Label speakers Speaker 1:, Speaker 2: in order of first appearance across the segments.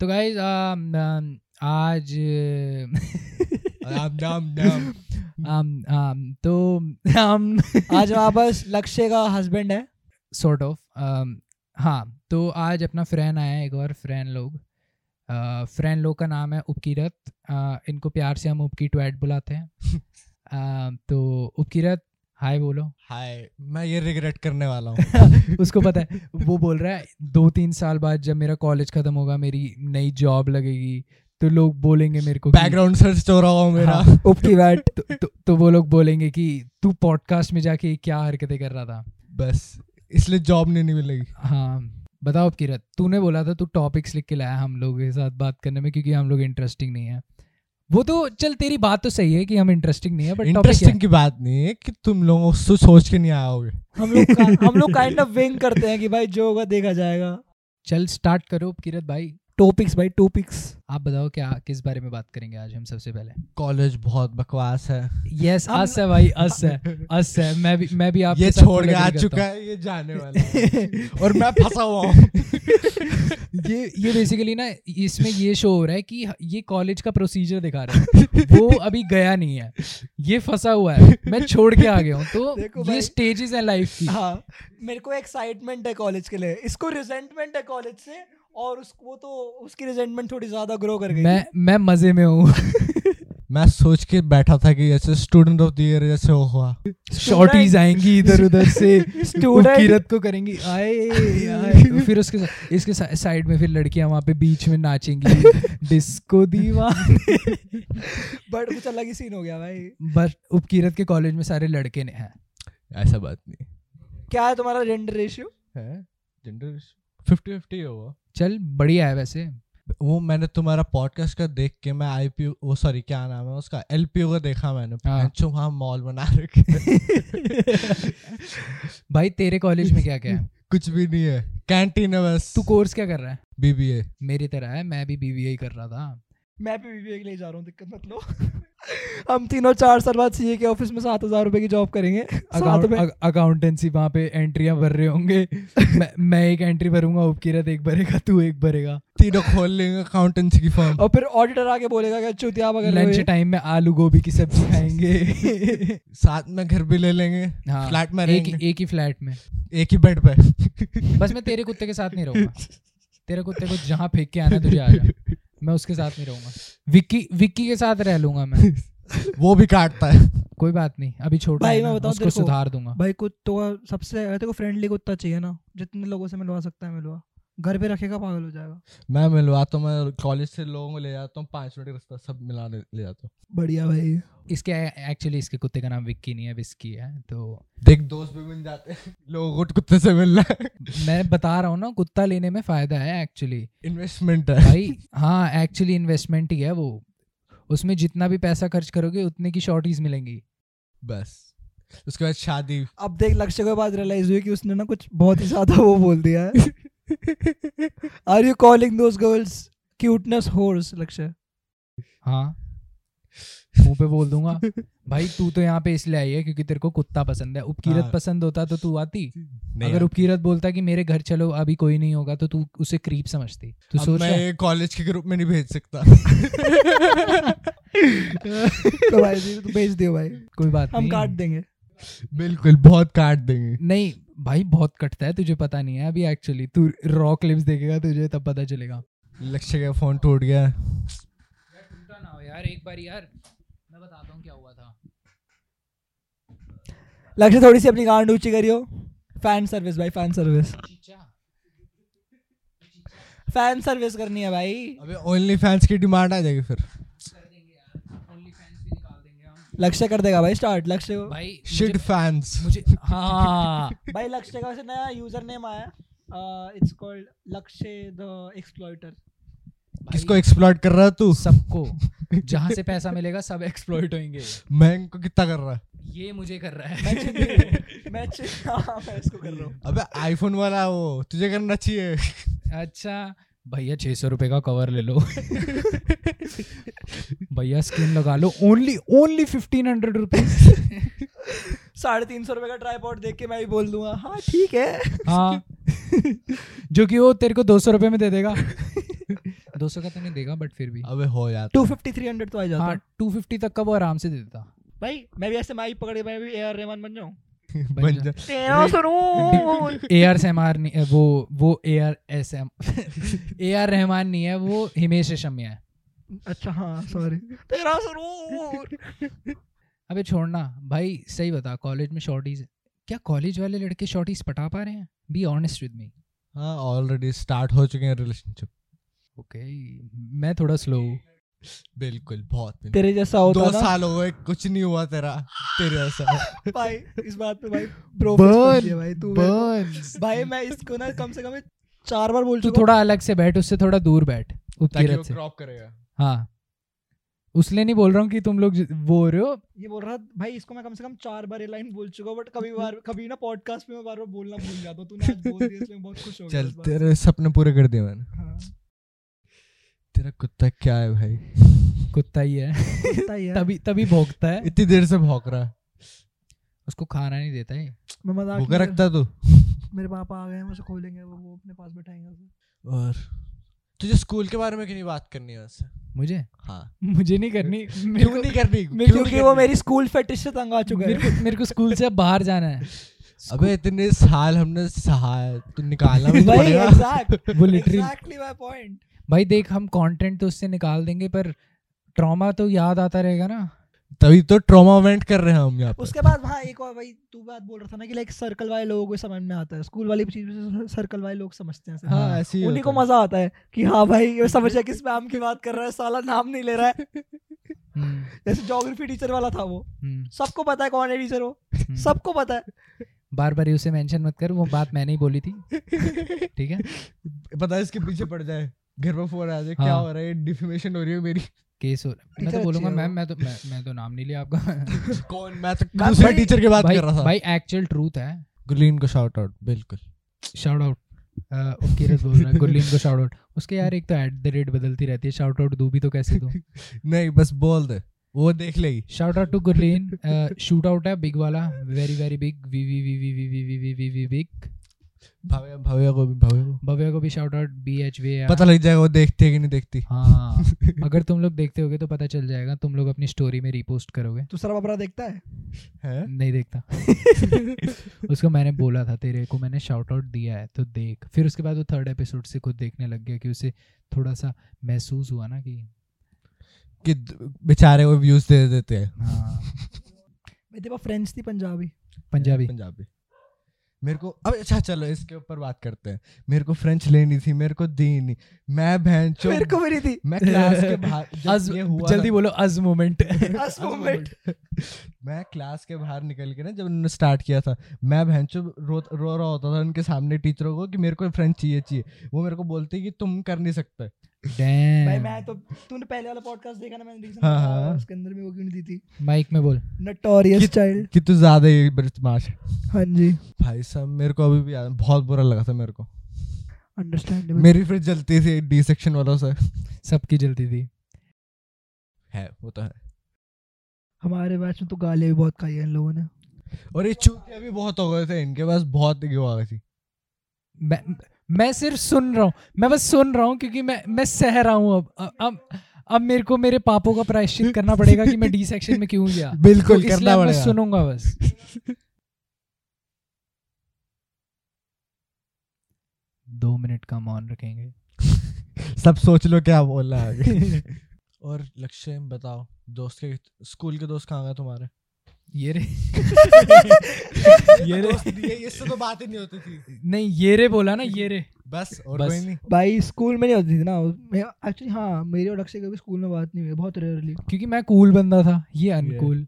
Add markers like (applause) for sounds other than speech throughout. Speaker 1: तो गाइज आज
Speaker 2: Ram Ram Ram
Speaker 1: um, um, तो हम
Speaker 3: (laughs) आज वहाँ बस लक्ष्य का हस्बैंड है
Speaker 1: सॉर्ट ऑफ हाँ तो आज अपना फ्रेंड आया है एक और फ्रेंड लोग फ्रेंड लोग का नाम है उपकीरत अ, इनको प्यार से हम उपकी ट्वैट बुलाते हैं (laughs) अ, तो उपकीरत हाय बोलो
Speaker 2: हाय मैं ये रिग्रेट करने
Speaker 3: (laughs)
Speaker 2: वाला हूँ
Speaker 1: उसको पता है वो बोल रहा है दो तीन साल बाद जब मेरा कॉलेज खत्म होगा मेरी नई जॉब लगेगी तो लोग बोलेंगे मेरे को कि-
Speaker 2: बैकग्राउंड सर्च तो हो रहा हूँ मेरा
Speaker 1: हाँ,
Speaker 3: उप की बैट
Speaker 1: तो, तो, तो वो लोग बोलेंगे कि तू पॉडकास्ट में जाके क्या हरकतें कर रहा था
Speaker 2: बस इसलिए जॉब नहीं मिलेगी
Speaker 1: हाँ बताओ अब किरत तूने बोला था तू टॉपिक्स लिख के लाया हम लोगों के साथ बात करने में क्योंकि हम लोग इंटरेस्टिंग नहीं है वो तो चल तेरी बात तो सही है कि हम इंटरेस्टिंग नहीं है बट
Speaker 2: इंटरेस्टिंग की बात नहीं है कि तुम लोगों को सो- सोच के नहीं आओगे
Speaker 3: हम लोग का-
Speaker 2: (laughs)
Speaker 3: हम लोग काइंड ऑफ विंग करते हैं कि भाई जो होगा देखा जाएगा
Speaker 1: चल स्टार्ट करो अब किरत भाई
Speaker 3: टॉपिक्स भाई टॉपिक्स
Speaker 1: आप बताओ क्या किस बारे में बात करेंगे आज हम सबसे पहले
Speaker 2: कॉलेज बहुत बकवास है
Speaker 1: यस
Speaker 3: हम-
Speaker 1: अस है भाई अस
Speaker 2: (laughs)
Speaker 1: है अस है मैं भी मैं भी आपके
Speaker 2: ये
Speaker 1: साथ
Speaker 2: छोड़
Speaker 1: full
Speaker 2: के आ
Speaker 1: agree करता
Speaker 2: चुका है ये जाने वाला है और मैं फंसा हुआ
Speaker 3: (laughs)
Speaker 2: हूँ
Speaker 1: ये ये बेसिकली ना इसमें ये शो हो रहा है कि ये कॉलेज का प्रोसीजर दिखा रहा
Speaker 3: (laughs)
Speaker 1: है वो अभी गया नहीं है ये फंसा हुआ है मैं छोड़ के आ गया हूँ
Speaker 3: देखो
Speaker 1: तो ये
Speaker 3: भाई।
Speaker 1: स्टेजेस है लाइफ की
Speaker 3: हाँ मेरे को एक्साइटमेंट है कॉलेज के लिए इसको रिजेंटमेंट है कॉलेज से और उसको तो उसकी रिजेंटमेंट थोड़ी ज्यादा ग्रो कर गई
Speaker 1: मैं मैं मजे में हूँ
Speaker 2: मैं सोच के बैठा था कि जैसे स्टूडेंट ऑफ द ईयर जैसे वो हुआ
Speaker 1: शॉर्टीज आएंगी इधर उधर से
Speaker 3: Student.
Speaker 1: किरत को करेंगी आए आए तो फिर उसके सा- इसके साइड में फिर लड़कियां वहां पे बीच में नाचेंगी डिस्को दीवाने
Speaker 3: बट कुछ अलग ही सीन हो गया भाई
Speaker 1: बस उपकीरत के कॉलेज में सारे लड़के ने हैं
Speaker 2: ऐसा बात नहीं
Speaker 3: क्या है तुम्हारा जेंडर रेशियो
Speaker 2: है जेंडर फिफ्टी फिफ्टी हुआ
Speaker 1: चल बढ़िया है वैसे
Speaker 2: वो मैंने तुम्हारा पॉडकास्ट का देख के मैं आईपीयू वो सॉरी क्या नाम है उसका एलपीयू का देखा मैंने
Speaker 1: हाँ।
Speaker 2: पंचो वहाँ मॉल बना रखे (laughs)
Speaker 1: भाई तेरे कॉलेज में क्या क्या है
Speaker 2: कुछ भी नहीं है कैंटीन है बस
Speaker 1: तू कोर्स क्या कर रहा है
Speaker 2: बीबीए
Speaker 1: मेरी तरह है मैं भी बीबीए कर रहा था
Speaker 3: मैं भी बीबीए के लिए जा रहा हूँ दिक्कत मत लो (laughs) हम तीनों चार साल बाद सीए के ऑफिस में सात हजार रुपए की जॉब करेंगे साथ में
Speaker 1: अकाउंट अकाउंटेंसी वहाँ पे एंट्रियां भर रहे होंगे
Speaker 3: (laughs)
Speaker 1: मैं, मैं एक एंट्री भरूंगा उपकीरत एक भरेगा तू एक भरेगा
Speaker 2: तीनों खोल लेंगे अकाउंटेंसी की फॉर्म
Speaker 3: और फिर ऑडिटर आके बोलेगा कि चुतिया वगैरह
Speaker 1: लंच टाइम में आलू गोभी की सब्जी
Speaker 3: (laughs)
Speaker 1: खाएंगे
Speaker 2: साथ में घर भी ले लेंगे
Speaker 1: हाँ,
Speaker 2: फ्लैट में
Speaker 1: एक
Speaker 2: रहेंगे
Speaker 1: एक ही फ्लैट में
Speaker 2: एक ही बेड पे
Speaker 1: (laughs) बस मैं तेरे कुत्ते के साथ नहीं रहूंगा तेरे कुत्ते को जहाँ फेंक के आना है, तुझे आ जा मैं उसके साथ नहीं रहूंगा विक्की विक्की के साथ रह लूंगा मैं
Speaker 2: (laughs) वो भी काटता है
Speaker 1: कोई बात नहीं अभी छोटा
Speaker 3: भाई,
Speaker 1: है
Speaker 3: मैं
Speaker 1: ना,
Speaker 3: बताऊं
Speaker 1: उसको
Speaker 3: तेरे को।
Speaker 1: सुधार दूंगा
Speaker 3: भाई कुत्तों का सबसे अगर तेरे को फ्रेंडली कुत्ता चाहिए ना जितने लोगों से मिलवा सकता है मिलवा घर पे रखेगा पागल हो जाएगा
Speaker 2: मैं मिलवाता हूँ मैं कॉलेज से लोगों को ले जाता हूँ पाँच मिनट का रास्ता सब मिलाने ले जाता हूँ
Speaker 3: बढ़िया भाई
Speaker 1: इसके एक्चुअली इसके कुत्ते का नाम विक्की नहीं है विस्की है तो
Speaker 2: देख दोस्त भी मिल जाते हैं लोगों को कुत्ते से मिलना है (laughs)
Speaker 1: मैं बता रहा हूँ ना कुत्ता लेने में फायदा है एक्चुअली
Speaker 2: इन्वेस्टमेंट है (laughs)
Speaker 1: भाई हाँ एक्चुअली इन्वेस्टमेंट ही है वो उसमें जितना भी पैसा खर्च करोगे उतने की शॉर्टीज मिलेंगी
Speaker 2: बस उसके बाद शादी
Speaker 3: अब देख लक्ष्य के बाद रियलाइज हुई कि उसने ना कुछ बहुत ही ज्यादा वो बोल दिया है are you calling those girls cuteness whores Lakshya
Speaker 1: हाँ मुंह पे बोल दूंगा भाई तू तो यहाँ पे इसलिए आई है क्योंकि तेरे को कुत्ता पसंद है उपकीरत
Speaker 2: हाँ।
Speaker 1: पसंद होता तो तू आती
Speaker 2: नहीं
Speaker 1: अगर
Speaker 2: यार,
Speaker 1: उपकीरत बोलता कि मेरे घर चलो अभी कोई नहीं होगा तो तू उसे क्रीप समझती तू
Speaker 2: अब
Speaker 1: तो सोच रहा है?
Speaker 2: मैं कॉलेज के ग्रुप में नहीं भेज
Speaker 1: (laughs)
Speaker 2: सकता
Speaker 3: तो भाई जी तो भेज दियो भाई
Speaker 1: कोई बात
Speaker 3: हम
Speaker 1: नहीं
Speaker 3: काट देंगे
Speaker 2: बिल्कुल बहुत काट देंगे
Speaker 1: नहीं भाई बहुत कटता है तुझे पता नहीं है अभी एक्चुअली तू रॉ क्लिप्स देखेगा तुझे तब पता चलेगा
Speaker 2: लक्ष्य का फोन टूट गया
Speaker 1: यार टूटा ना हो यार एक बार यार मैं बताता हूँ क्या हुआ था
Speaker 3: लक्ष्य थोड़ी सी अपनी गांड ऊंची करियो फैन सर्विस भाई फैन सर्विस
Speaker 1: चीचा
Speaker 3: फैन सर्विस करनी है भाई
Speaker 2: अबे ओनली फैंस की डिमांड आ जाएगी फिर
Speaker 3: लक्ष्य कर देगा भाई स्टार्ट लक्ष्य को
Speaker 1: भाई
Speaker 2: शिट
Speaker 1: मुझे,
Speaker 2: फैंस
Speaker 1: मुझे (laughs) हाँ
Speaker 3: भाई लक्ष्य का वैसे नया यूजर नेम आया it's called Lakshya the exploiter
Speaker 1: भाई,
Speaker 2: किसको एक्सप्लॉइट कर रहा है तू
Speaker 1: सबको जहां से पैसा मिलेगा सब एक्सप्लॉइट होंगे
Speaker 2: मैं इनको कितना कर रहा है
Speaker 1: ये मुझे कर रहा
Speaker 3: मैं
Speaker 1: (laughs) है
Speaker 3: चिंतित- मैं चिंतित- हाँ, मैं इसको कर रहा हूँ
Speaker 2: अबे आईफोन वाला वो तुझे करना चाहिए
Speaker 1: अच्छा भैया छह सौ रुपए का कवर ले लो (laughs) भैया स्किन लगा लो only only fifteen hundred rupees (laughs)
Speaker 3: साढ़े तीन सौ रुपए का ट्राईपॉड देख के मैं भी बोल दूंगा हाँ ठीक है
Speaker 1: (laughs) हाँ जो कि वो तेरे को दो सौ रुपए में दे देगा (laughs) दो सौ का तो नहीं देगा बट फिर भी
Speaker 2: अबे हो यार
Speaker 3: टू फिफ्टी थ्री हंड्रेड तो आ जाता
Speaker 1: हाँ टू फिफ्टी तक का वो आराम से दे देता
Speaker 3: भाई मैं भी ऐसे माइक पकड़े मैं भी ए आर रहमान बन (laughs) जाऊँ
Speaker 1: बन
Speaker 2: बन
Speaker 1: जा। (laughs)
Speaker 2: जा
Speaker 3: तेरा सुरूर
Speaker 1: ए आर से नहीं है, वो वो A R S (laughs) M A R Rahman नहीं है वो हिमेश रेशमिया है
Speaker 3: (laughs) अच्छा हाँ सॉरी तेरा सुरूर
Speaker 1: अबे छोड़ना भाई सही बता कॉलेज में शॉर्टीज क्या कॉलेज वाले लड़के शॉर्टीज पटा पा रहे हैं बी ऑनेस्ट विद मी
Speaker 2: हाँ ऑलरेडी स्टार्ट हो चुके हैं रिलेशनशिप
Speaker 1: ओके मैं थोड़ा स्लो हूँ
Speaker 2: बिल्कुल बहुत दिन।
Speaker 3: (laughs) तेरे जैसा होता
Speaker 2: दो
Speaker 3: ना
Speaker 2: साल हो गए कुछ नहीं हुआ तेरा तेरे
Speaker 1: (laughs)
Speaker 2: ऐसा
Speaker 3: भाई इस बात पे भाई ब्रो भाई तू मेरे को-
Speaker 1: Burns.
Speaker 3: भाई मैं इसको ना कम से कम ये चार बार बोल
Speaker 1: तू
Speaker 3: चुका हूँ।
Speaker 1: थोड़ा अलग से बैठ उससे थोड़ा दूर बैठ
Speaker 2: ताकि वो
Speaker 1: उपकीरत से
Speaker 2: क्रॉप करेगा
Speaker 1: हाँ उसलिए नहीं बोल रहा हूँ कि तुम लोग ज- वो हो रहे हो
Speaker 3: ये बोल रहा भाई इसको मैं कम से कम चार बार ये लाइन बोल चुका हूँ बट कभी बार कभी ना पॉडकास्ट में मैं बार बार बोलना भूल जाता हूँ तूने आज बोल दिया इसलिए मैं बहुत खुश हो गया
Speaker 2: चल
Speaker 3: इस बात से।
Speaker 2: तेरे सपने पूरे कर दिए मैंने
Speaker 3: हाँ।
Speaker 2: तेरा कुत्ता क्या है भाई
Speaker 1: कुत्ता ही (laughs) है
Speaker 3: पता ही है,
Speaker 1: तभी तभी भोंकता है
Speaker 2: इतनी देर से भौंक रहा है
Speaker 1: उसको खाना नहीं देता है
Speaker 3: मैं मजाक
Speaker 2: भूखा
Speaker 3: नहीं
Speaker 2: रखता है तू
Speaker 3: कर- मेरे पापा आ गए हैं मुझे खोलेंगे वो वो अपने पास बैठाएंगे उसे।
Speaker 2: और तुझे स्कूल के बारे में क्यों नहीं बात करनी है वैसे
Speaker 1: मुझे
Speaker 2: हाँ
Speaker 1: मुझे नहीं (laughs) करनी मेरे
Speaker 2: क्यों
Speaker 1: को-
Speaker 2: नहीं करनी
Speaker 3: मेरे-
Speaker 2: क्यों
Speaker 3: क्योंकि
Speaker 2: नहीं
Speaker 3: वो
Speaker 2: करनी?
Speaker 3: मेरी स्कूल फेटिश से तंग आ चुका
Speaker 1: मेरे
Speaker 3: है
Speaker 1: को मेरे को स्कूल से अब बाहर जाना है
Speaker 2: अबे इतने साल हमने सहा है तू
Speaker 3: (laughs)
Speaker 2: निकालना भी तो।
Speaker 3: भाई
Speaker 2: पड़ेगा
Speaker 3: एग्जैक्ट
Speaker 1: वो लिटरली
Speaker 3: एग्जैक्टली माय पॉइंट
Speaker 1: भाई देख हम कंटेंट तो उससे निकाल देंगे पर ट्रॉमा तो याद आता रहेगा ना
Speaker 2: तभी तो ट्रॉमा वेंट कर रहे हैं हम यहाँ पर
Speaker 3: उसके बाद हाँ एक और भाई तू बात बोल रहा था ना कि लाइक सर्कल वाले लोगों को समझ में आता है स्कूल वाली चीज में सर्कल वाले लोग समझते हैं
Speaker 1: हाँ,
Speaker 2: ऐसे ही
Speaker 3: उन्हीं को
Speaker 2: होता
Speaker 3: मजा आता है कि हाँ भाई ये समझ गया किस मैम की बात कर रहा है साला नाम नहीं ले रहा
Speaker 2: (laughs)
Speaker 3: है
Speaker 1: हम्म,
Speaker 3: जैसे ज्योग्राफी टीचर वाला था वो
Speaker 1: हम्म,
Speaker 3: सबको पता है कौन है टीचर वो
Speaker 1: हम्म।
Speaker 3: सबको पता है
Speaker 1: बार बार ही उसे मेंशन मत कर वो बात मैंने ही बोली थी ठीक है
Speaker 2: है। (laughs) पता है इसके पीछे पड़ जाए घर पर फोन आ जाए क्या
Speaker 1: हाँ।
Speaker 2: हो रहा है डिफिमेशन हो रही है
Speaker 3: (laughs)
Speaker 2: मेरी
Speaker 1: केस हो मैं
Speaker 2: अच्छा,
Speaker 3: Teacher
Speaker 1: तो
Speaker 3: अच्छी
Speaker 1: बोलूंगा
Speaker 3: है
Speaker 1: मैम
Speaker 3: वो।
Speaker 1: मैं तो मैं, मैं तो नाम नहीं लिया आपका
Speaker 2: कौन मैं तो
Speaker 3: मैं-
Speaker 2: दूसरे
Speaker 3: भाई-
Speaker 2: टीचर की बात
Speaker 1: (laughs) भाई
Speaker 2: कर रहा था
Speaker 1: भाई एक्चुअल ट्रूथ है
Speaker 2: गुलीन को शाउट आउट बिल्कुल
Speaker 1: शाउट आउट किरत बोल रहा है गुरलीन को शाउट आउट उसके यार एक तो एट द रेट बदलती रहती है शाउट आउट दूं भी तो कैसे दूं
Speaker 2: नहीं बस बोल दे वो देख लेगी
Speaker 1: shout out to Gurleen shoot out Uh, है बिग वाला very very big V V V V V V V V V V big
Speaker 2: Bhavya Bhavya को भी भव्या को
Speaker 1: भव्य को भी शाउट आउट बी एच वे
Speaker 2: पता लग जाएगा वो देखती है कि नहीं देखती
Speaker 1: हाँ अगर तुम लोग देखते होगे तो पता चल जाएगा तुम लोग अपनी स्टोरी में रीपोस्ट करोगे
Speaker 3: तू सर बबरा
Speaker 2: (laughs)
Speaker 3: देखता है
Speaker 2: है
Speaker 1: नहीं देखता उसको मैंने बोला था तेरे को मैंने शाउट आउट दिया है तो देख फिर उसके बाद वो थर्ड एपिसोड से खुद देखने लग गया कि उसे थोड़ा सा महसूस हुआ ना कि
Speaker 2: कि द- बेचारे वो व्यूज दे देते हैं
Speaker 1: हाँ
Speaker 3: भाई तेरे फ्रेंड्स थी
Speaker 2: (laughs)
Speaker 3: पंजाबी
Speaker 1: पंजाबी
Speaker 2: पंजाबी मेरे को अब अच्छा चलो इसके ऊपर बात करते हैं मेरे को फ्रेंच लेनी थी मेरे को दी नहीं मैं बहन चो
Speaker 3: (laughs) मेरे को मेरी थी
Speaker 2: मैं क्लास के बाहर
Speaker 1: अज
Speaker 2: जब ये हुआ
Speaker 1: जल्दी
Speaker 2: ना-
Speaker 1: बोलो अज
Speaker 3: (laughs)
Speaker 1: मोमेंट
Speaker 3: अस
Speaker 2: हाँ,
Speaker 3: मोमेंट
Speaker 2: मैं क्लास के बाहर निकल के ना जब उन्होंने स्टार्ट किया था मैं बहन चो रो रो रहा होता था उनके सामने टीचरों को कि मेरे को फ्रेंच चाहिए चाहिए वो मेरे को बोलते कि तुम कर नहीं सकते
Speaker 3: भाई
Speaker 1: डैम
Speaker 3: मैं तो तूने पहले वाला पॉडकास्ट देखा ना मैंने रीजन
Speaker 2: हाँ,
Speaker 3: बताया
Speaker 2: हाँ।
Speaker 3: उसके अंदर भी वो क्यों नहीं दी थी
Speaker 1: माइक में बोल
Speaker 3: नटोरियस चाइल्ड
Speaker 2: कि तू ज्यादा ही बदमाश है
Speaker 3: हाँ जी
Speaker 2: भाई साहब मेरे को अभी भी याद है, बहुत बुरा लगा था मेरे को
Speaker 3: अंडरस्टैंडेबल
Speaker 2: मेरी फिर जलती थी डी सेक्शन वालों से
Speaker 1: सबकी जल्दी थी
Speaker 2: है वो तो है
Speaker 3: हमारे बैच में तो गालियां भी बहुत खाई हैं इन लोगों ने
Speaker 2: और ये चूतिया भी बहुत हो गए थे इनके पास बहुत ईगो आ गई थी
Speaker 1: मैं मैं सिर्फ सुन रहा हूँ मैं बस सुन रहा हूँ क्योंकि मैं मैं सह रहा हूँ अब अब- अब अब मेरे को मेरे पापों का प्रायश्चित करना पड़ेगा कि मैं डी सेक्शन में क्यों गया
Speaker 2: (laughs) बिल्कुल
Speaker 1: तो इसलिए
Speaker 2: करना
Speaker 1: अब मैं
Speaker 2: पड़ेगा
Speaker 1: सुनूंगा बस दो मिनट का मौन रखेंगे
Speaker 2: (laughs) सब सोच लो क्या बोलना है आगे (laughs) और लक्ष्य बताओ दोस्त के स्कूल के दोस्त कहाँ गए तुम्हारे
Speaker 1: ये रे ये (laughs) रे
Speaker 2: ये दोस्त दिए इससे तो बात ही नहीं होती थी
Speaker 1: नहीं ये रे बोला ना ये रे
Speaker 2: बस और
Speaker 1: बस।
Speaker 2: कोई नहीं
Speaker 3: भाई स्कूल में नहीं होती थी ना एक्चुअली हाँ मेरी और अक्षय कभी स्कूल में बात नहीं हुई बहुत रेयरली
Speaker 1: क्योंकि मैं कूल बंदा था ये अनकूल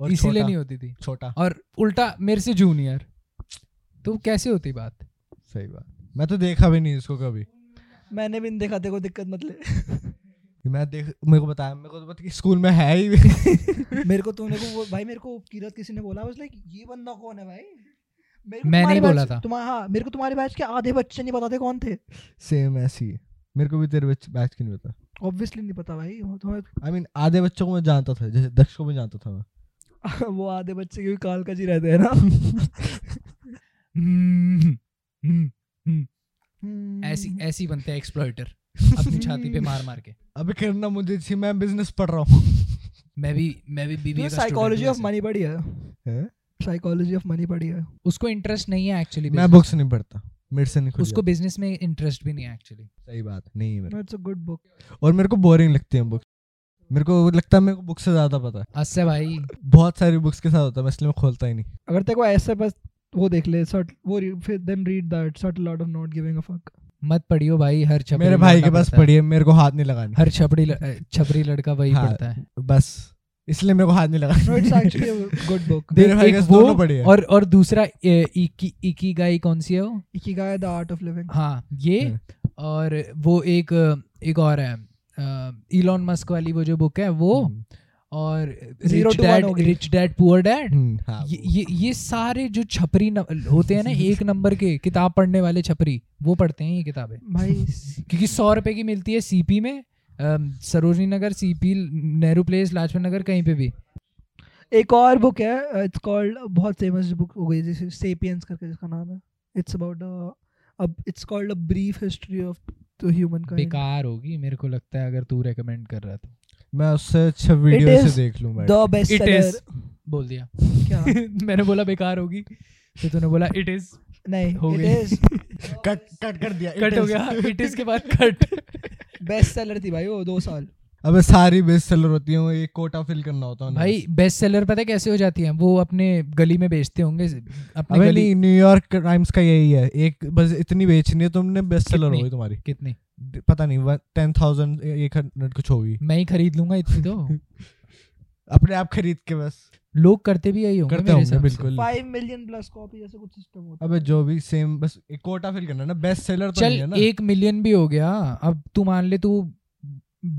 Speaker 2: और
Speaker 1: इसीलिए
Speaker 2: छोटा-
Speaker 1: नहीं होती थी
Speaker 2: छोटा
Speaker 1: और उल्टा मेरे से जूनियर तो कैसे होती बात
Speaker 2: सही बात मैं तो देखा भी नहीं इसको कभी
Speaker 3: मैंने भी नहीं देखा देखो दिक्कत मत ले
Speaker 2: मैं देख मेरे को बताया मेरे को तो पता कि स्कूल में है ही
Speaker 3: (laughs)
Speaker 2: (laughs)
Speaker 3: मेरे को तूने को वो भाई मेरे को किरत किसी ने बोला लाइक ये बंदा कौन है भाई मेरे को
Speaker 1: मैंने
Speaker 3: तुम्हारे
Speaker 1: ही बोला
Speaker 3: batch-
Speaker 1: था।
Speaker 3: तुम्हा- हाँ मेरे को तुम्हारे बैच के आधे बच्चे नहीं बताते कौन थे
Speaker 2: सेम ऐसी है मेरे को भी तेरे बैच की नहीं पता
Speaker 3: ऑब्वियसली नहीं पता भाई वो तो तुम्हारे-
Speaker 2: आई मीन आधे बच्चों को मैं जानता था जैसे दक्ष को मैं जानता
Speaker 1: (laughs)
Speaker 2: था मैं
Speaker 3: (laughs) वो आधे बच्चे क्योंकि काल का जी रहते (laughs) हैं ना
Speaker 1: हम्म, हम्म,
Speaker 3: हम्म,
Speaker 1: ऐसी ऐसी बनते हैं एक्सप्लॉइटर अपनी छाती पे मार मार के
Speaker 2: अभी करना मुझे थी मैं बिजनेस पढ़ रहा
Speaker 1: (laughs)
Speaker 2: हूँ
Speaker 1: मैं भी मैं भी
Speaker 3: तो
Speaker 1: बीबीए का
Speaker 3: साइकोलॉजी ऑफ
Speaker 1: student हूँ
Speaker 3: मनी पढ़ी है
Speaker 2: हैं?
Speaker 3: साइकोलॉजी ऑफ मनी पढ़ी है
Speaker 1: वैसे। उसको इंटरेस्ट नहीं है एक्चुअली
Speaker 2: मैं बुक्स नहीं पढ़ता मेरे से नहीं खुल
Speaker 1: उसको बिजनेस में इंटरेस्ट भी नहीं है एक्चुअली
Speaker 2: जाता। सही बात नहीं है मेरे
Speaker 3: इट्स अ गुड बुक
Speaker 2: को। और मेरे को बोरिंग लगती है बुक्स मेरे को वो लगता है मेरे को बुक से ज्यादा पता है
Speaker 1: अस्से भाई
Speaker 2: बहुत सारी बुक्स के साथ होता है मैं इसलिए मैं खोलता ही नहीं
Speaker 3: अगर तेरे को ऐसे बस वो देख ले सट वो re- फिर then read that subtle art of not giving a fuck
Speaker 1: मत पढ़ियो भाई हर छपरी
Speaker 2: मेरे भाई के
Speaker 1: लड़का
Speaker 2: पास
Speaker 1: पढ़ता है।
Speaker 2: पड़ी है मेरे को हाथ नहीं लगानी
Speaker 1: हर छपरी ल- अ, छपरी लड़का वही
Speaker 2: हाँ,
Speaker 1: पढ़ता है
Speaker 2: बस इसलिए मेरे को हाथ नहीं
Speaker 3: नो
Speaker 2: (laughs)
Speaker 3: इट्स
Speaker 2: लगानी
Speaker 3: एक्चुअली अ गुड बुक
Speaker 2: मेरे भाई
Speaker 1: एक
Speaker 2: के पास
Speaker 1: वो
Speaker 2: दोनों पड़ी है
Speaker 1: और और दूसरा ए, इकी इकीगाई कौन सी है वो
Speaker 3: Ikigai the art of living
Speaker 1: हाँ ये और वो एक अ, एक और है इलॉन मस्क वाली वो जो बुक है वो
Speaker 2: हम्म,
Speaker 1: और
Speaker 3: Zero
Speaker 1: rich
Speaker 3: to one
Speaker 1: dad
Speaker 3: हो गई।
Speaker 1: रिच डैड पुअर डैड
Speaker 2: हम्म, हाँ,
Speaker 1: ये ये ये सारे जो छपरी न, होते
Speaker 3: (laughs)
Speaker 1: हैं ना एक नंबर के किताब पढ़ने वाले छपरी वो पढ़ते हैं ये किताबें
Speaker 3: भाई
Speaker 1: क्योंकि सौ रुपए की मिलती है सीपी में अम, सरोजनी नगर सीपी नेहरू प्लेस लाजपत नगर कहीं पे भी
Speaker 3: एक और बुक है uh, इट्स कॉल्ड बहुत फेमस बुक हो गई जैसे सेपियंस करके जिसका नाम है uh, इट्स अबाउट अब it's called a brief history of the human kind
Speaker 1: बेकार होगी मेरे को लगता है अगर तू रेकमेंड कर रहा तो
Speaker 2: मैं उससे अच्छा वीडियो
Speaker 3: It
Speaker 2: से
Speaker 3: is
Speaker 2: देख लूं भाई
Speaker 3: द बेस्ट सेलर
Speaker 1: बोल दिया (laughs)
Speaker 3: क्या
Speaker 1: मैंने बोला बेकार होगी तो तूने बोला इट इज
Speaker 3: नहीं
Speaker 1: (laughs) हो
Speaker 3: इट
Speaker 1: गई।
Speaker 3: इज
Speaker 2: कट कट कर दिया
Speaker 1: कट हो गया इट इज के बाद
Speaker 3: (laughs)
Speaker 1: कट
Speaker 3: बेस्ट सेलर थी भाई वो दो साल
Speaker 1: Hmm.
Speaker 2: अबे सारी बेस्ट सेलर होती है वो एक कोटा फिल करना होता है उन्हें
Speaker 1: भाई बेस्ट सेलर पता है कैसे हो जाती है वो अपने गली में बेचते होंगे अपने
Speaker 2: अबे
Speaker 1: गली
Speaker 2: नहीं न्यूयॉर्क क्राइम्स का यही है एक बस इतनी बेचनी है तुमने बेस्ट सेलर
Speaker 1: कितनी?
Speaker 2: होगी तुम्हारी
Speaker 1: कितनी
Speaker 2: द- पता नहीं टेन थाउजेंड एक हंड्रेड कुछ होगी
Speaker 1: मैं ही खरीद लूंगा इतनी तो
Speaker 2: (laughs) अपने आप खरीद के बस
Speaker 1: लोग करते भी यही होंगे
Speaker 2: करते
Speaker 1: मेरे
Speaker 2: होंगे
Speaker 1: हिसाब से।
Speaker 2: बिल्कुल
Speaker 3: फाइव मिलियन प्लस कॉपी ऐसे कुछ सिस्टम होता
Speaker 2: अबे जो भी सेम बस एक कोटा फिल करना है ना बेस्ट सेलर तो नहीं है
Speaker 1: चल
Speaker 2: ना
Speaker 1: एक मिलियन भी हो गया अब तू मान ले तू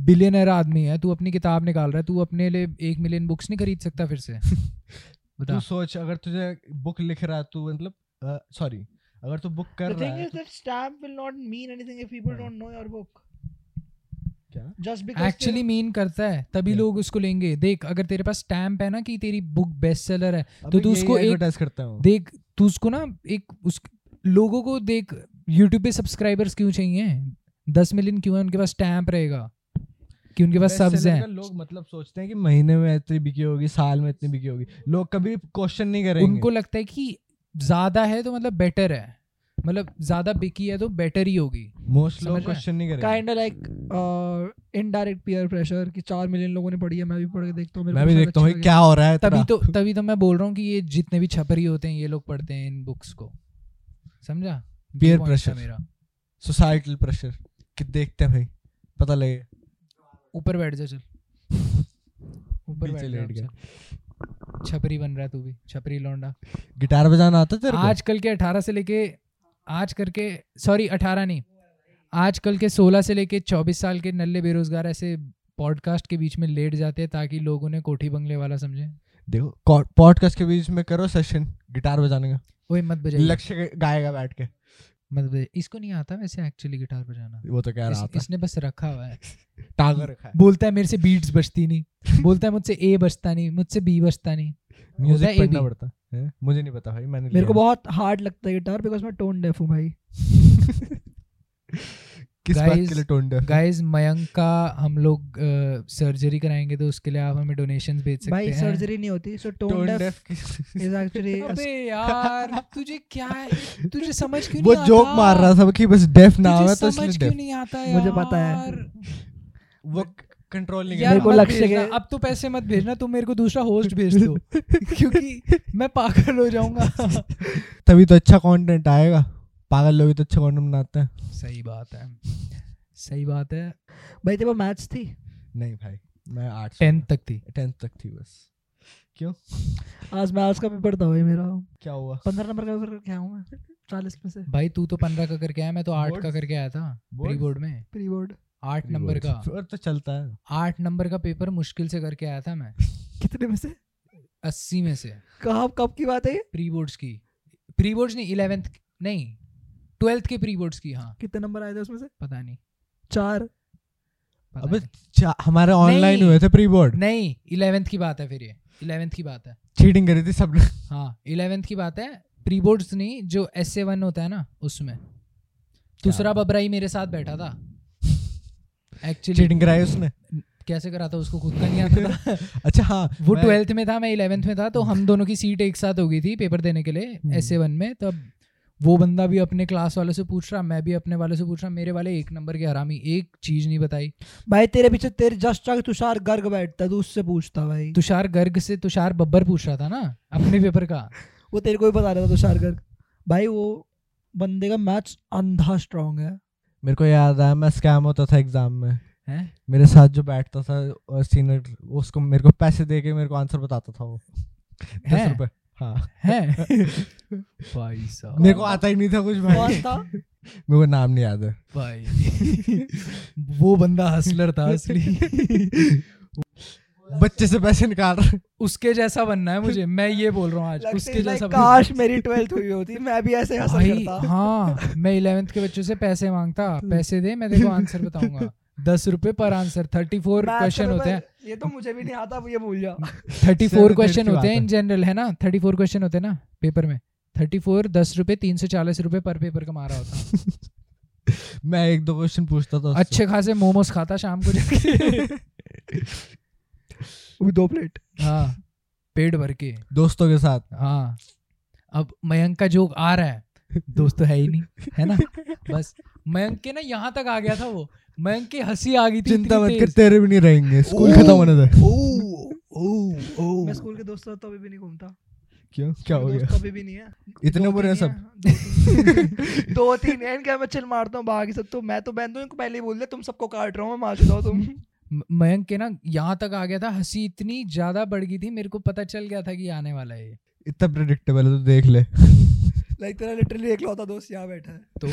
Speaker 1: बिलियनर आदमी है तू अपनी किताब निकाल रहा है तू अपने लिए एक मिलियन बुक्स नहीं खरीद सकता
Speaker 2: (laughs)
Speaker 1: फिर से
Speaker 2: तू
Speaker 1: बता
Speaker 2: सोच अगर तुझे बुक लिख रहा है तू मतलब सॉरी अगर तू बुक कर
Speaker 3: The
Speaker 2: रहा
Speaker 3: thing
Speaker 2: है तो
Speaker 3: is that stamp will not mean anything if people
Speaker 2: Hmm.
Speaker 3: don't know your book.
Speaker 2: क्या?
Speaker 3: Just because.
Speaker 1: एक्चुअली मीन करता है तभी
Speaker 2: Yeah.
Speaker 1: लोग उसको लेंगे देख अगर तेरे पास स्टैम्प है ना कि तेरी बुक बेस्ट सेलर है
Speaker 2: तो,
Speaker 1: तो तू उसको एक-
Speaker 2: एडवर्टाइज करता हूं
Speaker 1: देख तू उसको ना एक उस लोगों को देख यूट्यूब पे सब्सक्राइबर्स क्यों चाहिए दस मिलियन क्यों है उनके पास स्टैम्प रहेगा कि उनके पास
Speaker 2: Best
Speaker 1: सब्ज
Speaker 2: seller
Speaker 1: हैं
Speaker 2: का लोग मतलब सोचते हैं कि महीने में इतनी बिकी होगी साल में इतनी बिकी होगी लोग कभी क्वेश्चन नहीं करेंगे
Speaker 1: उनको लगता है कि ज्यादा है तो मतलब बेटर है मतलब ज्यादा बिकी है तो बेटर ही होगी
Speaker 2: मोस्ट
Speaker 1: समझ
Speaker 2: लोग
Speaker 1: रहे हैं?
Speaker 2: क्वेश्चन नहीं करेंगे
Speaker 3: kind like
Speaker 2: Hmm.
Speaker 3: Indirect peer pressure कि चार मिलियन लोगों ने पढ़ी है मैं भी पढ़ के देखता हूँ
Speaker 2: मैं
Speaker 3: मेरे को
Speaker 2: भी
Speaker 3: शायद
Speaker 2: देखता हूँ
Speaker 3: अच्छी
Speaker 2: क्या हो रहा है
Speaker 1: तभी
Speaker 2: तेरा।
Speaker 1: तो तभी तो मैं बोल रहा हूँ कि ये जितने भी छपरी होते हैं ये लोग पढ़ते हैं इन बुक्स को समझा ये
Speaker 2: Peer
Speaker 1: point था
Speaker 2: pressure.
Speaker 1: मेरा
Speaker 2: सोसाइटल प्रेशर कि देखते हैं भाई पता लगे
Speaker 1: ऊपर बैठ जा
Speaker 2: (laughs)
Speaker 1: चल ऊपर
Speaker 2: नीचे
Speaker 1: बैठ
Speaker 2: लेट
Speaker 1: जा चल। छपरी बन रहा है तू भी छपरी लौंडा
Speaker 2: गिटार बजाना आता है तेरे को
Speaker 1: आजकल के 18 से लेके आज करके सॉरी 18 नहीं आजकल के 16 से लेके 24 साल के नल्ले बेरोजगार ऐसे पॉडकास्ट के बीच में लेट जाते हैं ताकि लोग उन्हें कोठी बंगले वाला समझे
Speaker 2: देखो पॉडकास्ट के बीच में करो सेशन गिटार बजाने का
Speaker 1: ओए मत बजाइए
Speaker 2: लक्ष्य गाएगा बैठ के
Speaker 1: मत बजाइए इसको नहीं आता वैसे एक्चुअली गिटार बजाना
Speaker 2: वो तो कह रहा
Speaker 1: इस,
Speaker 2: आता
Speaker 1: इसने बस रखा हुआ है
Speaker 2: (laughs) टांग रखा है
Speaker 1: बोलता है मेरे से बीट्स बजती नहीं बोलता है मुझसे ए बजता नहीं मुझसे बी बजता नहीं होता है
Speaker 2: म्यूजिक
Speaker 1: AB
Speaker 2: पढ़ना पड़ता है हैं? मुझे नहीं पता भाई मैंने
Speaker 3: है। मेरे को
Speaker 2: लिया।
Speaker 3: बहुत हार्ड लगता है गिटार बिकॉज मैं टोन डेफ हूँ भाई
Speaker 2: किस बात
Speaker 1: Guys,
Speaker 2: के लिए टोन डेफ
Speaker 1: गाइस मयंक का हम लोग सर्जरी कराएंगे तो उसके लिए आप हमें डोनेशंस भेज सकते
Speaker 3: भाई
Speaker 1: हैं
Speaker 3: सर्जरी नहीं होती so tone
Speaker 2: tone
Speaker 3: deaf
Speaker 2: deaf
Speaker 3: is
Speaker 2: (laughs)
Speaker 3: actually
Speaker 1: अबे यार तुझे क्या है तुझे समझ क्यों
Speaker 2: (laughs) वो
Speaker 1: नहीं
Speaker 2: जोक
Speaker 1: आता?
Speaker 2: मार रहा था कि बस डेफ
Speaker 1: तुझे
Speaker 2: नाम है तो
Speaker 1: समझ
Speaker 2: इसलिए
Speaker 1: क्यों
Speaker 2: डेफ
Speaker 1: नहीं आता यार
Speaker 3: मुझे पता है।
Speaker 2: वो कंट्रोल नहीं
Speaker 1: यार
Speaker 3: मेरे को
Speaker 1: मत
Speaker 3: लक्ष्य
Speaker 1: भेजना,
Speaker 3: के-
Speaker 1: अब तो पैसे मत भेजना तुम मेरे को दूसरा होस्ट भेज
Speaker 2: (laughs)
Speaker 1: दो क्योंकि मैं पागल हो जाऊंगा
Speaker 2: तभी तो अच्छा कंटेंट आएगा पागल लोग ही तो अच्छा कंटेंट बनाते हैं
Speaker 1: सही बात है सही बात है
Speaker 3: (laughs) भाई तेरे मैथ्स थी
Speaker 2: नहीं भाई मैं आर्ट्स
Speaker 1: टेंथ तक थी
Speaker 2: टेंथ तक थी बस
Speaker 3: आज मैथ्स का पेपर था भाई मेरा
Speaker 2: क्या हुआ
Speaker 3: पंद्रह नंबर का पेपर क्या हूँ मैं चालीस में से
Speaker 1: भाई तू तो पंद्रह का करके आया मैं तो आठ का
Speaker 2: Boards?
Speaker 1: करके आया था प्री
Speaker 2: Boards?
Speaker 1: बोर्ड में
Speaker 3: प्री बोर्ड
Speaker 1: आठ नंबर का
Speaker 2: फिर तो चलता है
Speaker 1: आठ नंबर का पेपर मुश्किल से करके आया था मैं
Speaker 3: कितने में से
Speaker 1: अस्सी में से
Speaker 3: कब कब की बात है ये?
Speaker 1: प्री बोर्ड्स की प्री बोर्ड्स नहीं इलेवेंथ नहीं ट्वेल्थ के प्री बोर्ड्स की हाँ
Speaker 3: कितने नंबर आए थे उसमें से
Speaker 1: पता नहीं
Speaker 3: चार
Speaker 1: पता
Speaker 2: अबे
Speaker 1: नहीं।
Speaker 2: चा- अच्छा, हमारे ऑनलाइन
Speaker 1: नहीं।
Speaker 2: हुए थे प्री बोर्ड
Speaker 1: नहीं इलेवेंथ की बात है फिर ये इलेवेंथ की बात है
Speaker 2: चीटिंग करी थी सब लोग
Speaker 1: हाँ इलेवेंथ की बात है प्री बोर्ड्स नहीं जो एस ए वन होता है ना उसमें दूसरा बबराई मेरे साथ बैठा था एक्चुअली
Speaker 2: चीटिंग कराई उसने
Speaker 1: कैसे करा था उसको खुद का नहीं आता था (laughs)
Speaker 2: अच्छा हाँ
Speaker 1: वो
Speaker 2: मैं-
Speaker 1: ट्वेल्थ में था मैं इलेवेंथ में था तो हम दोनों की सीट एक साथ हो गई थी पेपर देने के लिए
Speaker 2: हम्म।
Speaker 1: एस वन में तब वो बंदा भी अपने क्लास वालों से पूछ रहा मैं भी अपने वालों से पूछ रहा मेरे वाले एक नंबर के हरामी एक चीज नहीं बताई
Speaker 3: भाई तेरे पीछे तेरे जस्ट आगे तुषार गर्ग बैठता तू उससे पूछता भाई
Speaker 1: तुषार गर्ग से तुषार बब्बर पूछ रहा था ना अपने पेपर का
Speaker 3: वो तेरे को ही बता रहा था तुषार गर्ग भाई वो बंदे का मैच अंधा स्ट्रांग है
Speaker 2: मेरे को याद आया मैं स्कैम होता था एग्जाम में
Speaker 1: हैं?
Speaker 2: मेरे साथ जो बैठता था सीनियर उसको मेरे को पैसे दे के मेरे को आंसर बताता था वो दस
Speaker 1: हैं?
Speaker 2: रुपए हाँ
Speaker 1: हैं?
Speaker 2: मेरे
Speaker 1: भाई साहब
Speaker 2: को आता ही नहीं था कुछ
Speaker 3: कौन
Speaker 2: भाई
Speaker 3: था
Speaker 2: मेरे को नाम नहीं याद है
Speaker 1: भाई वो बंदा हसलर था असली
Speaker 2: बच्चे से पैसे निकाल रहा
Speaker 1: (laughs) उसके जैसा बनना है मुझे मैं ये बोल रहा हूँ आज उसके
Speaker 3: लगता है
Speaker 1: जैसा बनना
Speaker 3: काश मेरी ट्वेल्थ हुई होती मैं भी ऐसे हंसा
Speaker 1: भाई
Speaker 3: करता
Speaker 1: हाँ मैं इलेवेंथ के बच्चों से पैसे मांगता पैसे दे मैं देखो आंसर बताऊंगा दस रुपए पर answer thirty four
Speaker 3: Maths
Speaker 1: question
Speaker 3: में
Speaker 1: होते हैं
Speaker 3: भाई, ये तो मुझे भी नहीं आता ये भूल जा
Speaker 1: thirty
Speaker 2: seventh
Speaker 1: four
Speaker 2: grade
Speaker 1: question
Speaker 2: की
Speaker 1: होते
Speaker 2: बात
Speaker 1: हैं इन जनरल है ना थर्टी फोर क्वेश्चन होते हैं ना पेपर में थर्टी फोर दस रुपए तीन सौ चालीस रुपए पर पेपर का मारा होता
Speaker 2: मैं एक दो क्वेश्चन पूछता था उससे।
Speaker 1: अच्छे खासे मोमोज खाता शाम को
Speaker 3: (laughs)
Speaker 1: जाके
Speaker 3: वो भी दो प्लेट
Speaker 1: हाँ पेट भर के
Speaker 2: दोस्तों के साथ
Speaker 1: हाँ अब मयंक का जोक आ रहा
Speaker 2: (laughs)
Speaker 1: है दोस्त तो है ही नहीं है ना बस मयंक के ना यहाँ तक आ गया था वो मयंक की हंसी आ गई थी इतनी
Speaker 2: चिंता मत कर
Speaker 1: तेज।
Speaker 2: तेरे भी नहीं रहेंगे स्कूल
Speaker 3: ओ।
Speaker 2: खत्म होने दे
Speaker 3: मैं स्कूल के दोस्तों तो अभी भी नहीं घूमता
Speaker 2: क्यों क्या हो गया
Speaker 3: कभी भी नहीं है
Speaker 2: इतने
Speaker 3: दो
Speaker 2: बुरे हैं
Speaker 3: तीन
Speaker 2: सब
Speaker 3: ही हैं, दो तीन- दो तीन हैं इनका मैं चिल मारता हूँ बाकी सब तो मैं तो बहन तो इनको पहले ही बोल दिया तुम सबको काट रहा हूँ मैं मार चुका हूँ तुम
Speaker 1: म- मयंक के ना यहाँ तक आ गया था हंसी इतनी ज्यादा बढ़ गई थी मेरे को पता चल गया था कि ये आने वाला है ये
Speaker 2: इतना प्रिडिक्टेबल है तो देख ले
Speaker 3: लाइक तेरा लिटरली एक लौता दोस्त यहाँ बैठा है
Speaker 1: तो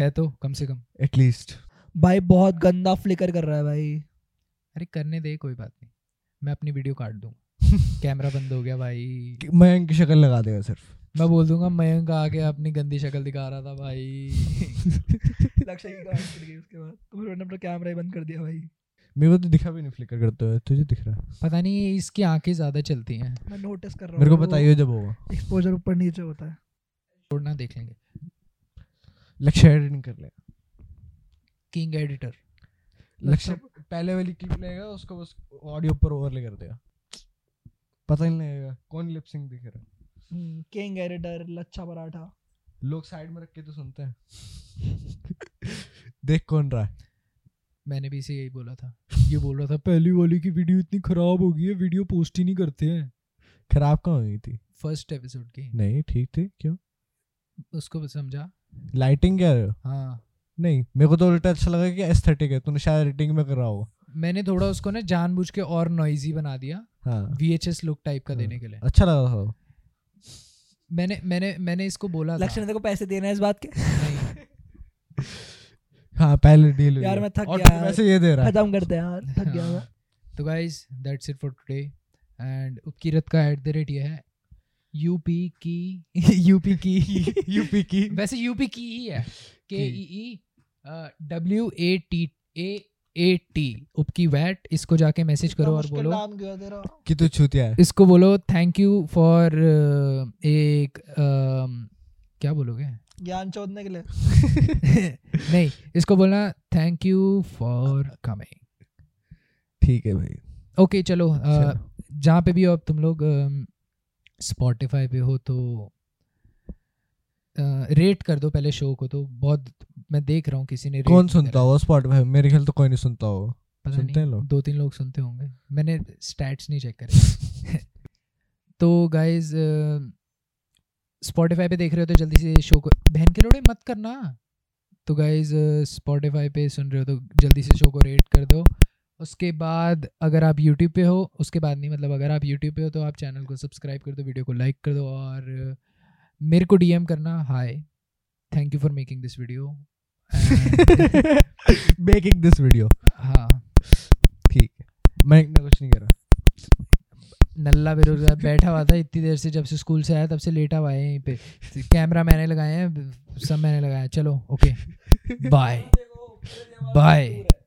Speaker 1: है तो कम से कम
Speaker 2: एटलीस्ट
Speaker 3: भाई बहुत गंदा फ्लिकर कर रहा है भाई
Speaker 1: अरे करने दे कोई बात नहीं मैं अपनी वीडियो काट
Speaker 2: (laughs)
Speaker 1: दूंगा कैमरा बंद हो गया भाई
Speaker 2: मयंक की शक्ल लगा देगा सिर्फ
Speaker 1: मैं बोल दूंगा मयंक आके अपनी गंदी शक्ल दिखा रहा था
Speaker 2: (laughs)
Speaker 1: भाई
Speaker 3: लक्ष्य की गाड़ी चल गई उसके बाद तो मैंने अपना कैमरा ही बंद कर दिया भाई
Speaker 2: मेरे को तो दिखा भी नहीं फ्लिकर करते हुए तुझे दिख रहा है
Speaker 1: पता नहीं इसकी आंखें ज्यादा चलती हैं
Speaker 3: मैं नोटिस कर रहा हूँ
Speaker 2: मेरे को बताइए जब होगा
Speaker 3: एक्सपोजर ऊपर नीचे होता है
Speaker 1: छोड़ना देख लेंगे
Speaker 2: लक्ष्य एडिटिंग कर ले
Speaker 1: किंग एडिटर
Speaker 2: लक्ष्य पहले वाली क्लिप लेगा उसको बस ऑडियो पर ओवरले कर देगा पता ही नहीं लगेगा कौन लिपसिंग दिख रहा है
Speaker 3: किंग एडिटर हम्म, लच्छा पराठा
Speaker 2: लोग साइड में रख के तो सुनते हैं (laughs) देख कौन रहा है
Speaker 1: मैंने भी इसे यही बोला था ये बोल रहा था पहली वाली की वीडियो इतनी खराब हो गई है वीडियो पोस्ट ही नहीं करते हैं
Speaker 2: खराब कहाँ हुई थी
Speaker 1: फर्स्ट एपिसोड की
Speaker 2: नहीं ठीक थी क्यों
Speaker 1: उसको समझा
Speaker 2: लाइटिंग क्या है
Speaker 1: हाँ
Speaker 2: नहीं मेरे को तो उल्टा अच्छा लगा कि एस्थेटिक है तूने शायद एडिटिंग में करा होगा
Speaker 1: मैंने थोड़ा उसको ना जानबूझ के और नॉइजी बना दिया
Speaker 2: हाँ
Speaker 1: वीएचएस लुक टाइप का
Speaker 2: हाँ।
Speaker 1: देने के लिए
Speaker 2: अच्छा लगा था वो।
Speaker 1: मैंने मैंने मैंने इसको बोला था
Speaker 3: लक्ष्य ने तेरे को पैसे देना है इस बात
Speaker 1: अच्छा।
Speaker 3: के
Speaker 1: नहीं
Speaker 2: हाँ पहले डील
Speaker 3: यार मैं थक
Speaker 2: और
Speaker 3: गया
Speaker 2: फिर
Speaker 3: यार।
Speaker 2: वैसे ये दे रहा है
Speaker 3: खत्म करते हैं यार थक गया मैं
Speaker 1: हाँ। तो guys that's it for today and Upkirat का एट द रेट ये है यूपी की (laughs) यूपी की
Speaker 2: (laughs) यूपी की
Speaker 1: वैसे यूपी की ही
Speaker 2: (laughs)
Speaker 1: है E के ई
Speaker 2: की।
Speaker 1: E W A T A A T उपकी वैट इसको जाके मैसेज करो और बोलो
Speaker 3: नाम क्यों है तेरा
Speaker 2: कि तू छूतिया है
Speaker 1: इसको बोलो थैंक यू फॉर uh, एक अम, क्या बोलोगे
Speaker 3: ज्ञान चोदने के लिए
Speaker 1: नहीं इसको बोलना थैंक यू फॉर कमिंग
Speaker 2: ठीक है भाई अच्छा।
Speaker 1: ओके चलो अ,
Speaker 2: चलो।
Speaker 1: जहाँ पे भी हो अब तुम लोग स्पॉटिफाई पे हो तो रेट कर दो पहले शो को तो बहुत मैं देख रहा हूँ किसी ने rate
Speaker 2: कौन
Speaker 1: नहीं
Speaker 2: सुनता
Speaker 1: करा।
Speaker 2: होगा स्पॉटिफाई मेरे ख्याल तो कोई नहीं सुनता
Speaker 3: (laughs)
Speaker 2: होगा
Speaker 1: पता
Speaker 2: सुनते
Speaker 1: नहीं
Speaker 2: हैं लोग?
Speaker 1: दो तीन लोग सुनते होंगे मैंने स्टैट्स नहीं चेक करे (laughs) तो गाइज स्पॉटिफाई पे देख रहे हो तो जल्दी से शो को बहन के लोड़े मत करना तो गाइज स्पॉटिफाई पे सुन रहे हो तो जल्दी से शो को रेट कर दो उसके बाद अगर आप यूट्यूब पे हो उसके बाद नहीं मतलब अगर आप यूट्यूब पे हो तो आप चैनल को सब्सक्राइब कर दो वीडियो को लाइक कर दो और अ, मेरे को डीएम करना hi thank you for making this video
Speaker 2: (laughs) making this video
Speaker 1: हाँ
Speaker 2: ठीक है मैं इतना कुछ नहीं कर रहा
Speaker 1: नल्ला बेरोजगार बैठा हुआ था इतनी देर से जब से स्कूल से आया तब से लेटा हुआ है यहीं पे कैमरा मैंने लगाए हैं सब मैंने लगाया चलो ओके बाय बाय